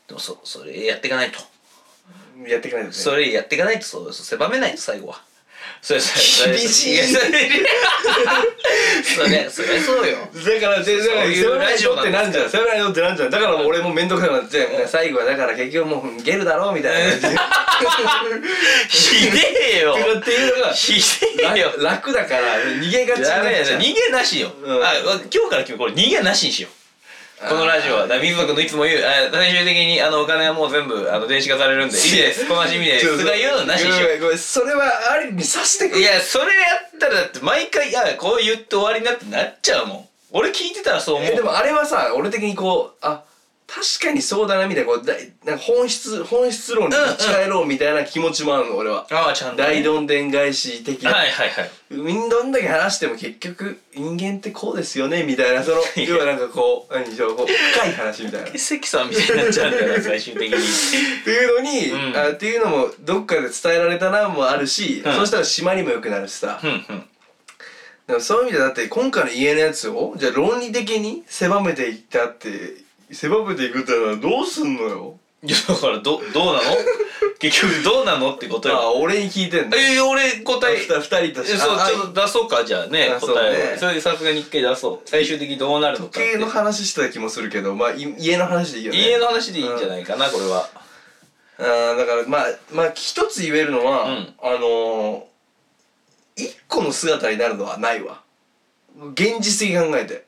Speaker 1: でもそそれやっていかないと、
Speaker 2: やっていかないとね
Speaker 1: それやっていかないとそうそう狭めないと最後はそれそれ
Speaker 2: 厳しい
Speaker 1: やそれそれそれそうよ
Speaker 2: だからでだから
Speaker 1: そういう
Speaker 2: セブンラ
Speaker 1: ラ
Speaker 2: イ
Speaker 1: ジ
Speaker 2: ド
Speaker 1: オ
Speaker 2: っ
Speaker 1: なんですよ
Speaker 2: てなんじゃんセブンライドってなんじゃんだからもう俺もう面倒くさくなって、最後はだから結局もうゲルだろみたいな感じで
Speaker 1: ひでえよ
Speaker 2: っていうのが
Speaker 1: ひでえよ
Speaker 2: 楽楽だから逃げがちに
Speaker 1: ダメ
Speaker 2: な
Speaker 1: や
Speaker 2: っちゃ
Speaker 1: な
Speaker 2: う
Speaker 1: 逃げなしよ、
Speaker 2: うん
Speaker 1: あわ今日から今日これ逃げなしにしようこのラジオはだから水野君のいつも言うあ最終的にあのお金はもう全部あの電子化されるんでいいですこの味味で
Speaker 2: ちょっ
Speaker 1: す
Speaker 2: と
Speaker 1: が言うのなしにしよ
Speaker 2: ごめんごめんそれはある意味さしてく
Speaker 1: うい
Speaker 2: れ
Speaker 1: やそれやったらだって毎回いやこう言って終わりになってなっちゃうもん俺聞いてたらそう思う
Speaker 2: えでもあれはさ俺的にこうあ確かにそうだなみたいなこうだいなんか本質本質論に立ち返ろうみたいな気持ちもあるの俺は
Speaker 1: ああちゃんとね、
Speaker 2: 大どんでん返し的な
Speaker 1: はいはいはい
Speaker 2: どんだけ話しても結局人間ってこうですよね みたいなその要はなんかこう何でしょうこう深い話みたいな。っ
Speaker 1: 関さんみたいになっちゃうんだよな最終的に
Speaker 2: ていうのに、
Speaker 1: うん
Speaker 2: あっていうのもどっかで伝えられたなもあるし、
Speaker 1: うん
Speaker 2: そしたら締まりも良くなるしさ、
Speaker 1: うんうん
Speaker 2: でもそういう意味でだって今回の家のやつをじゃあ論理的に狭めていったって狭めていくってのはどうすんのよ
Speaker 1: いやだからどどうなの結局どうなのってこと
Speaker 2: あ
Speaker 1: よ
Speaker 2: 俺に聞いてんの
Speaker 1: え俺答え
Speaker 2: 二人二人と
Speaker 1: え
Speaker 2: して
Speaker 1: そう
Speaker 2: あ
Speaker 1: ちょっと出そうかじゃあね
Speaker 2: あ
Speaker 1: 答
Speaker 2: そう
Speaker 1: え
Speaker 2: ね
Speaker 1: をそれでさすがに一回出そう最終的にどうなるの
Speaker 2: 時
Speaker 1: かって
Speaker 2: 計の話してた気もするけどまあい家の話でいいよね
Speaker 1: 家の話でいいんじゃないかなこれは
Speaker 2: あーだからまあまあ一つ言えるのは、
Speaker 1: うん
Speaker 2: あのー、一個の姿になるのはないわ現実的に考えて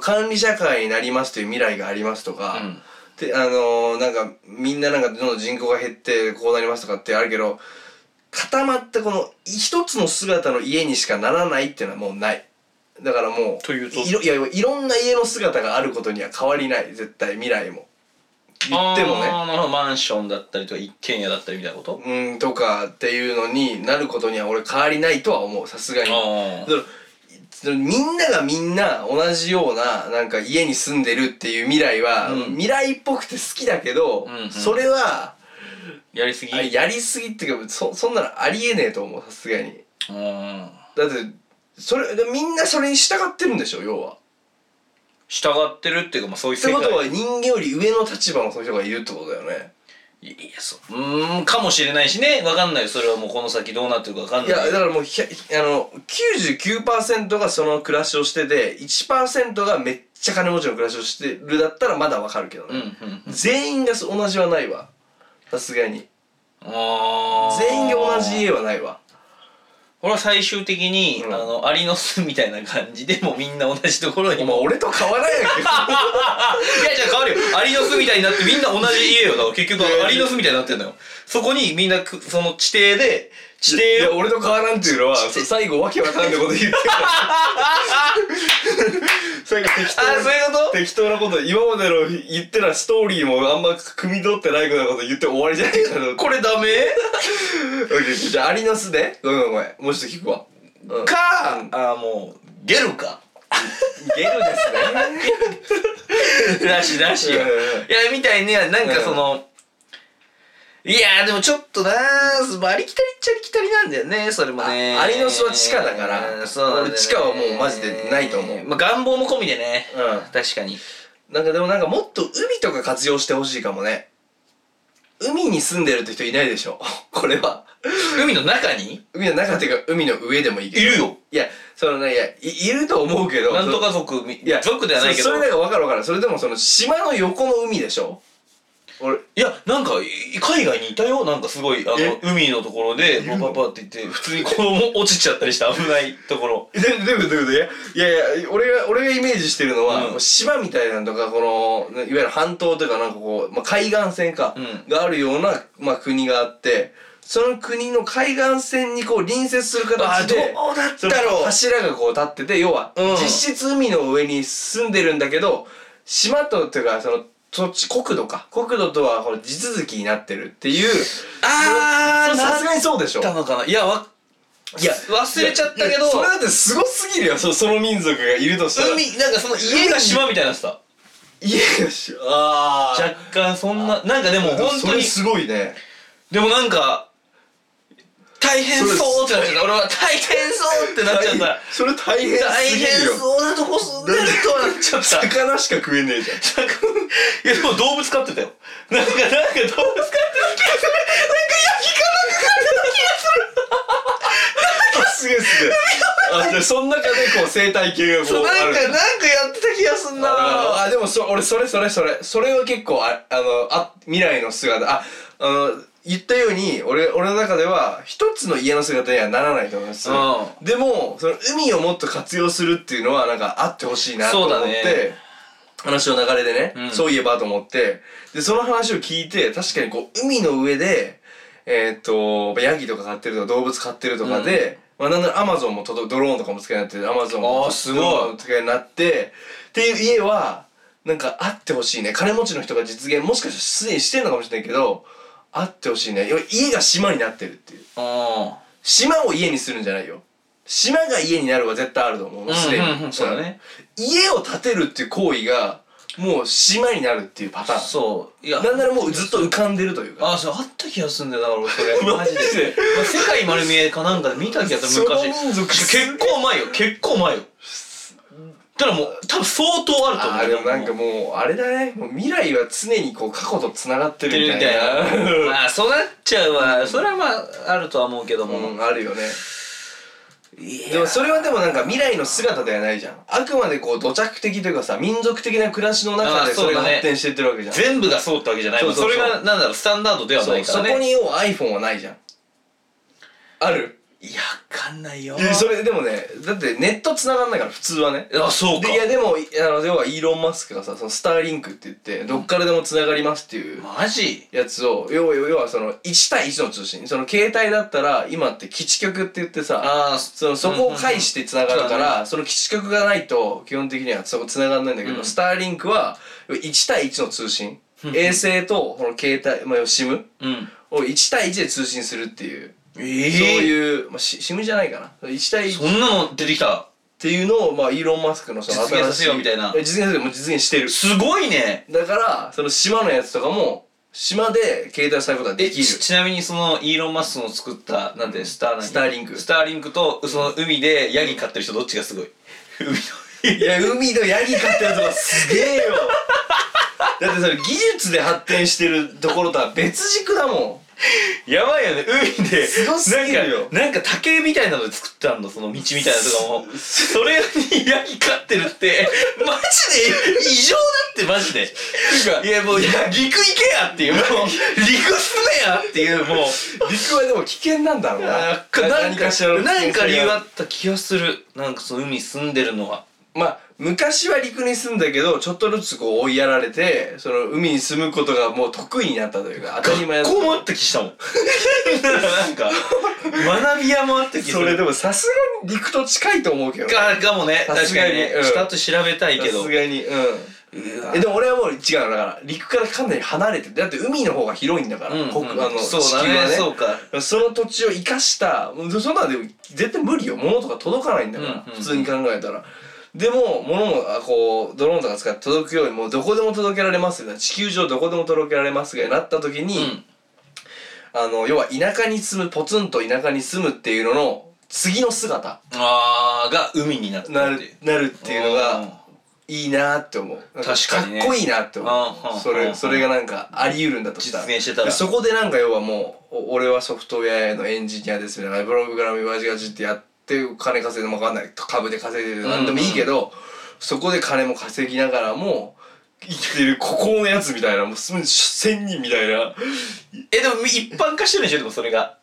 Speaker 2: 管理社会になりますという未来がありますとか、
Speaker 1: うん
Speaker 2: であのー、なんかみんななんかどんどん人口が減ってこうなりますとかってあるけど固まってこの一つの姿の家にしかならないっていうのはもうないだからもう
Speaker 1: というと
Speaker 2: ろいやいろんな家の姿があることには変わりない絶対未来も言ってもね
Speaker 1: あーなるほどマンションだったりとか一軒家だったりみたいなこと
Speaker 2: うんとかっていうのになることには俺変わりないとは思うさすがに
Speaker 1: あ
Speaker 2: そのそのみんながみんな同じようななんか家に住んでるっていう未来は、
Speaker 1: うん
Speaker 2: 未来っぽくて好きだけど、
Speaker 1: うんうん
Speaker 2: それは
Speaker 1: やりすぎ
Speaker 2: あやりすぎっていうかそそんなのありえねえと思うさすがに
Speaker 1: うん
Speaker 2: だってそれみんなそれに従ってるんでしょ要は。
Speaker 1: 従ってるっていうかまあそういう
Speaker 2: って
Speaker 1: 世界
Speaker 2: ことは人間より上の立場のそういう人がいるってことだよね。
Speaker 1: いやそううーんかもしれないしねわかんないよそれはもうこの先どうなってるかわかんない
Speaker 2: いやだからもうひゃあの99%がその暮らしをしてて1%がめっちゃ金持ちの暮らしをしてるだったらまだわかるけど
Speaker 1: うんう
Speaker 2: ね、
Speaker 1: んうん
Speaker 2: 全員がそ同じはないわさすがに
Speaker 1: あー
Speaker 2: 全員が同じ家はないわ
Speaker 1: これは最終的に、
Speaker 2: うん
Speaker 1: あのアリの巣みたいな感じでもうみんな同じところに
Speaker 2: お前
Speaker 1: もう
Speaker 2: 俺と変わらんやんけ
Speaker 1: いやじゃあ変わるよアリの巣みたいになってみんな同じ家よだから結局
Speaker 2: いやいや
Speaker 1: アリの巣みたいになってんのよそこにみんなくその地底で地
Speaker 2: いや
Speaker 1: 底を
Speaker 2: 俺と変わらんっ ていうのはそう最後わけわかんないこと言ってる
Speaker 1: あー
Speaker 2: 最後適当な
Speaker 1: そういうこと
Speaker 2: 適当なこと今までの言ってたストーリーもあんま汲み取ってないようなこと言って終わりじゃないかなと思って
Speaker 1: これダメ
Speaker 2: じゃあアリの巣でごめんごめんもうちょっと聞くわ、うん
Speaker 1: かあーもうゲルか
Speaker 2: ゲルですね
Speaker 1: らしいらしいよ。いや、みたいに、なんかその、いやーでもちょっとなー、ありきたりっちゃありきたりなんだよね、それもね。
Speaker 2: あアリの巣は地下だから
Speaker 1: うんそうなんだよね
Speaker 2: 俺地下はもうマジでないと思う
Speaker 1: まあ願望も込みでね。
Speaker 2: う
Speaker 1: 確かに。
Speaker 2: んなんかでもなんかもっと海とか活用してほしいかもね海に住んでるって人いないでしょ これは
Speaker 1: 海の中に
Speaker 2: 海の中っていうか海の上でもいいけど
Speaker 1: いるよ
Speaker 2: いやそのねいやいいると思うけど
Speaker 1: なんとか族み、
Speaker 2: いや
Speaker 1: 族ではないけど。
Speaker 2: そそれなんか分かる分かるそれでもその島の横の海でしょ俺
Speaker 1: いや、なんか、い海外にいたよ。なんかすごい、あ
Speaker 2: え
Speaker 1: の、海のところで、パパパって言って、普通に子供落ちちゃったりした 危ないところ。
Speaker 2: でどういうことどういうこといやいやいや俺が俺がイメージしてるのは、
Speaker 1: うん
Speaker 2: 島みたいなのとかこのいわゆる半島とかなんかこう、まあ、海岸線か、
Speaker 1: うん
Speaker 2: があるような、まあ、国があってその国の海岸線にこう隣接する
Speaker 1: あ、
Speaker 2: 形
Speaker 1: どう
Speaker 2: で
Speaker 1: だっ
Speaker 2: そ
Speaker 1: た
Speaker 2: の
Speaker 1: ろう。
Speaker 2: 柱がこう立ってて要は、
Speaker 1: うん
Speaker 2: 実質海の上に住んでるんだけど島とっていうかその土地国土か国土とはこれ地続きになってるっていう
Speaker 1: あ
Speaker 2: それ
Speaker 1: ー、
Speaker 2: さすがにそうでしょ
Speaker 1: ったのかないやわ
Speaker 2: いや
Speaker 1: 忘れちゃったけ
Speaker 2: いやそれ
Speaker 1: ど
Speaker 2: だってすごすぎるよそその民族がいるとしたら
Speaker 1: 海なんかその家が島みたいなさ
Speaker 2: 家がしあ
Speaker 1: 若干そんななんかでも本
Speaker 2: そ
Speaker 1: 当
Speaker 2: れ
Speaker 1: に
Speaker 2: すごいね
Speaker 1: でもなんか大変そうってなっちゃった俺は大変そうってなっちゃった
Speaker 2: それ大変
Speaker 1: 大
Speaker 2: すぎ
Speaker 1: 変
Speaker 2: るよ
Speaker 1: そうなとこ住んでるとはなっちゃった
Speaker 2: 魚しか食えねえじゃん
Speaker 1: いやでも動物飼ってたよなんかなんか動物飼ってた気がするなんか
Speaker 2: すげえすげえあじゃあそん中でこう生態系がこう
Speaker 1: そう
Speaker 2: あ
Speaker 1: なん
Speaker 2: る
Speaker 1: かなんかやってた気がすんな
Speaker 2: あーあでもそ俺それそれそれそれは結構ああのあ未来の姿ああの言ったように俺俺の中では一つの家の姿にはならないと思います、
Speaker 1: う
Speaker 2: でもその海をもっと活用するっていうのはなんかあってほしいなと思って、
Speaker 1: そうだね
Speaker 2: 話の流れでね、
Speaker 1: うん
Speaker 2: そういえばと思ってでその話を聞いて確かにこう海の上でえーっとヤギとか飼ってるとか動物飼ってるとかで、まあ、なんならアマゾンも届くドローンとかも使えになってアマゾンも
Speaker 1: あーすごい
Speaker 2: ドローンも使えになってっていう家はなんかあってほしいね金持ちの人が実現もしかしたらすでにしてるのかもしれないけどあってほしいね要は家が島になってるっていう
Speaker 1: うん
Speaker 2: 島を家にするんじゃないよ島が家になるは絶対あると思うもうすでに、
Speaker 1: うんうんうんそうだね
Speaker 2: 家を建てるっていう行為がもう島になるっていうパターン
Speaker 1: そういや
Speaker 2: なんならもうずっと浮かんでるというか
Speaker 1: あ、そう、あった気がすんだよ、だから俺、そ れ。
Speaker 2: マジで
Speaker 1: まあ世界丸見えかなんかで見た気がする、
Speaker 2: その
Speaker 1: 昔。
Speaker 2: 民族
Speaker 1: 結構前よ、結構前よ。ただもう、多分相当あると思う。
Speaker 2: あーでもなんかもうあれだねもう未来は常にこう過去とつながって
Speaker 1: って
Speaker 2: る
Speaker 1: るみ
Speaker 2: みた
Speaker 1: た
Speaker 2: いない
Speaker 1: な。まあ、そうなっちゃうわ。それはまあ、あるとは思うけど
Speaker 2: う
Speaker 1: も。
Speaker 2: んあるよねでもそれはでもなんか未来の姿ではないじゃんあくまでこう土着的というかさ民族的な暮らしの中で
Speaker 1: あーそ
Speaker 2: そうれ
Speaker 1: だね
Speaker 2: が発展してってるわけじゃん
Speaker 1: 全部がそうってわけじゃないもん。
Speaker 2: そ
Speaker 1: そ
Speaker 2: うそう
Speaker 1: れ
Speaker 2: そ
Speaker 1: が、な
Speaker 2: う
Speaker 1: んだろう、スタンダードでは
Speaker 2: そ
Speaker 1: ないうから
Speaker 2: そ
Speaker 1: ね。
Speaker 2: こに要は iPhone はないじゃんある
Speaker 1: いや、わかんないよ。
Speaker 2: いやそれでもねだってネット繋がんないから普通はね
Speaker 1: あ、そうか
Speaker 2: でい。やでもいあの要はイーロン・マスクがさそのスターリンクって言ってどっからでも繋がりますっていう
Speaker 1: マジ
Speaker 2: やつを要は要はその1対1の通信その携帯だったら今って基地局って言ってさ
Speaker 1: あ
Speaker 2: そのそこを介して繋がるか
Speaker 1: うんうん
Speaker 2: らその基地局がないと基本的にはそこ繋がんないんだけ
Speaker 1: う
Speaker 2: ど
Speaker 1: ん
Speaker 2: スターリンクは要は1対1の通信
Speaker 1: うん
Speaker 2: 衛星とこの携帯まあ要は SIM
Speaker 1: ーうん。
Speaker 2: を1対1で通信するっていう
Speaker 1: え
Speaker 2: そ
Speaker 1: ぇ
Speaker 2: ういうまあ SIM じゃないかな1対1
Speaker 1: そんなの出てきた。
Speaker 2: っていうのを、まあ、イーロン・マスクのその
Speaker 1: 実現させよう
Speaker 2: 新
Speaker 1: み
Speaker 2: し
Speaker 1: たいな
Speaker 2: え実現させようもう実現してる
Speaker 1: すごいね。
Speaker 2: だからその島のやつとかも島で携帯することができる
Speaker 1: ちちなみにそのイーロン・マスクの作ったなんてスターなん
Speaker 2: スターリンク
Speaker 1: スターリンクとその海でヤギ飼ってる人どっちがすごい海の
Speaker 2: いや海のヤギ飼ってるとかすげえ よだってそれ技術で発展してるところとは別軸だもん
Speaker 1: やばいよね海です
Speaker 2: ごすぎるよ
Speaker 1: なんかなんか竹みたいなので作ったんのその道みたいなとかも それにヤギ飼ってるってマジで異常だってマジで
Speaker 2: なんか
Speaker 1: いやもういや陸行けやっていうもう陸進めやっていうもう
Speaker 2: 陸はでも危険なんだろ う
Speaker 1: な
Speaker 2: なん
Speaker 1: かなん
Speaker 2: 何
Speaker 1: か
Speaker 2: かしらの危
Speaker 1: なん
Speaker 2: 険性が
Speaker 1: か理由あった気がするなんかその海に住んでるのは
Speaker 2: まあ昔は陸に住んだけどちょっとずつこう追いやられてその海に住むことがもう得意になったというか当たり前だった
Speaker 1: こうもあった気したもん なんか学び屋もあった気す
Speaker 2: それ
Speaker 1: る
Speaker 2: でもさすがに陸と近いと思うけど
Speaker 1: かかもね
Speaker 2: さ
Speaker 1: 確
Speaker 2: す
Speaker 1: か
Speaker 2: が
Speaker 1: に
Speaker 2: に
Speaker 1: ね、
Speaker 2: うん
Speaker 1: 下と調べたいけど
Speaker 2: さすがにうん
Speaker 1: うわ
Speaker 2: えでも俺はもう違うのだから陸からかなり離れてだって海の方が広いんだから、
Speaker 1: うん
Speaker 2: こ
Speaker 1: うん
Speaker 2: あの
Speaker 1: そう
Speaker 2: 地
Speaker 1: だ
Speaker 2: 球は
Speaker 1: ね
Speaker 2: ね
Speaker 1: そうか
Speaker 2: その土地を生かしたもうそんなのでも絶対無理よ物とか届かないんだから、
Speaker 1: うんうん
Speaker 2: 普通に考えたらでも物もあこうドローンとか使って届くようにもうどこでも届けられますよ地球上どこでも届けられますがなった時に、
Speaker 1: うん
Speaker 2: あの要は田舎に住むポツンと田舎に住むっていうのの次の姿
Speaker 1: あーが海になって
Speaker 2: な
Speaker 1: るっ
Speaker 2: る
Speaker 1: ていう
Speaker 2: なるっていうのがいいなって思うなん
Speaker 1: 確かにね
Speaker 2: かっこいいなって思
Speaker 1: あー
Speaker 2: うそ
Speaker 1: あーあ
Speaker 2: れ
Speaker 1: ー
Speaker 2: それがなんかあり得るんだとしたら
Speaker 1: 実現してたら
Speaker 2: でそこでなんか要はもうお俺はソフトウェアのエンジニアですみたいなブログからみバジガジってやって金稼いでも分かんない株で稼いでるなんでもいいけど、そこで金も稼ぎながらも生きてるここのやつみたいなもうす仙人みたいな
Speaker 1: えでも一般化してるんでしょでもそれが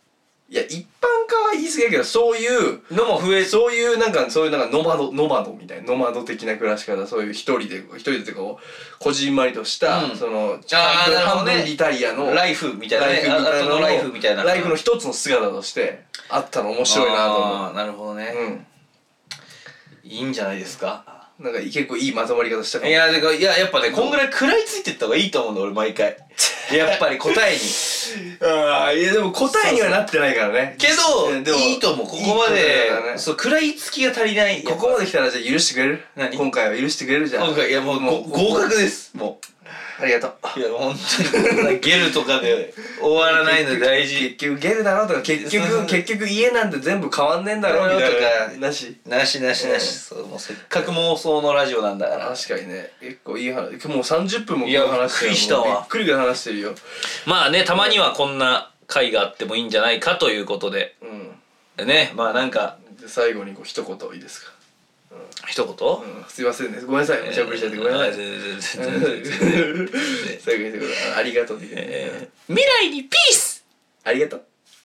Speaker 2: いや一般化は言い過ぎだけどそういう
Speaker 1: のも増え
Speaker 2: そういうなんかそういうなんかノマドノマドみたいなノマド的な暮らし方そういう一人で一人でというかこうこじんまりとした、
Speaker 1: うん
Speaker 2: その
Speaker 1: あーなるほど
Speaker 2: 半
Speaker 1: ね
Speaker 2: 分リタイアの
Speaker 1: ライフみたいな
Speaker 2: ライ
Speaker 1: ね
Speaker 2: フみたい
Speaker 1: あ
Speaker 2: な
Speaker 1: と
Speaker 2: の
Speaker 1: のライフみたいな
Speaker 2: ライフの一つの姿としてあったの面白いなと思
Speaker 1: あーなるほどね、
Speaker 2: ううん
Speaker 1: いいんじゃないですか
Speaker 2: なんか結構いいまとまり方したか
Speaker 1: い
Speaker 2: も
Speaker 1: やだからいややっぱねこんぐらい食らいついてった方がいいと思うんだ俺毎 回やっぱり答えに
Speaker 2: ああいやでも答えにはなってないからね
Speaker 1: け
Speaker 2: え
Speaker 1: ど
Speaker 2: ーでも
Speaker 1: いいと思うここま
Speaker 2: いい
Speaker 1: で
Speaker 2: 答えだね
Speaker 1: そう食らいつきが足りない
Speaker 2: ここま
Speaker 1: で
Speaker 2: で来たらじゃあ許してくれる
Speaker 1: 何
Speaker 2: 今回は許してくれるじゃん
Speaker 1: 今回いやもう
Speaker 2: もう
Speaker 1: ご合格ですも
Speaker 2: ありがと
Speaker 1: う
Speaker 2: う
Speaker 1: いや本当にこんな ゲルとかで終わらないの大
Speaker 2: 結
Speaker 1: 事
Speaker 2: 局ゲルだろとか結
Speaker 1: そうそう
Speaker 2: 局結局家なんて全部変わんねえんだろみた
Speaker 1: とか
Speaker 2: いななし
Speaker 1: なしなしなし、そうもうせっかく妄想のラジオなんだから
Speaker 2: 確かにね結構いい話もう30分も
Speaker 1: いや
Speaker 2: この話して
Speaker 1: びっくりした
Speaker 2: る
Speaker 1: わ
Speaker 2: もうびっくりぐらい話してるよ
Speaker 1: まあねたまにはこんな回があってもいいんじゃないかということで
Speaker 2: うん
Speaker 1: ねまあなんか
Speaker 2: で最後にこう一言いいですか
Speaker 1: 一言、
Speaker 2: うんすいませんねごめんなさいむちゃぶりしちゃってごめんなさい
Speaker 1: えー
Speaker 2: 最
Speaker 1: 全然全
Speaker 2: 後
Speaker 1: 然
Speaker 2: に言ってくれたありがとうね
Speaker 1: えー未来にピース
Speaker 2: ありがとう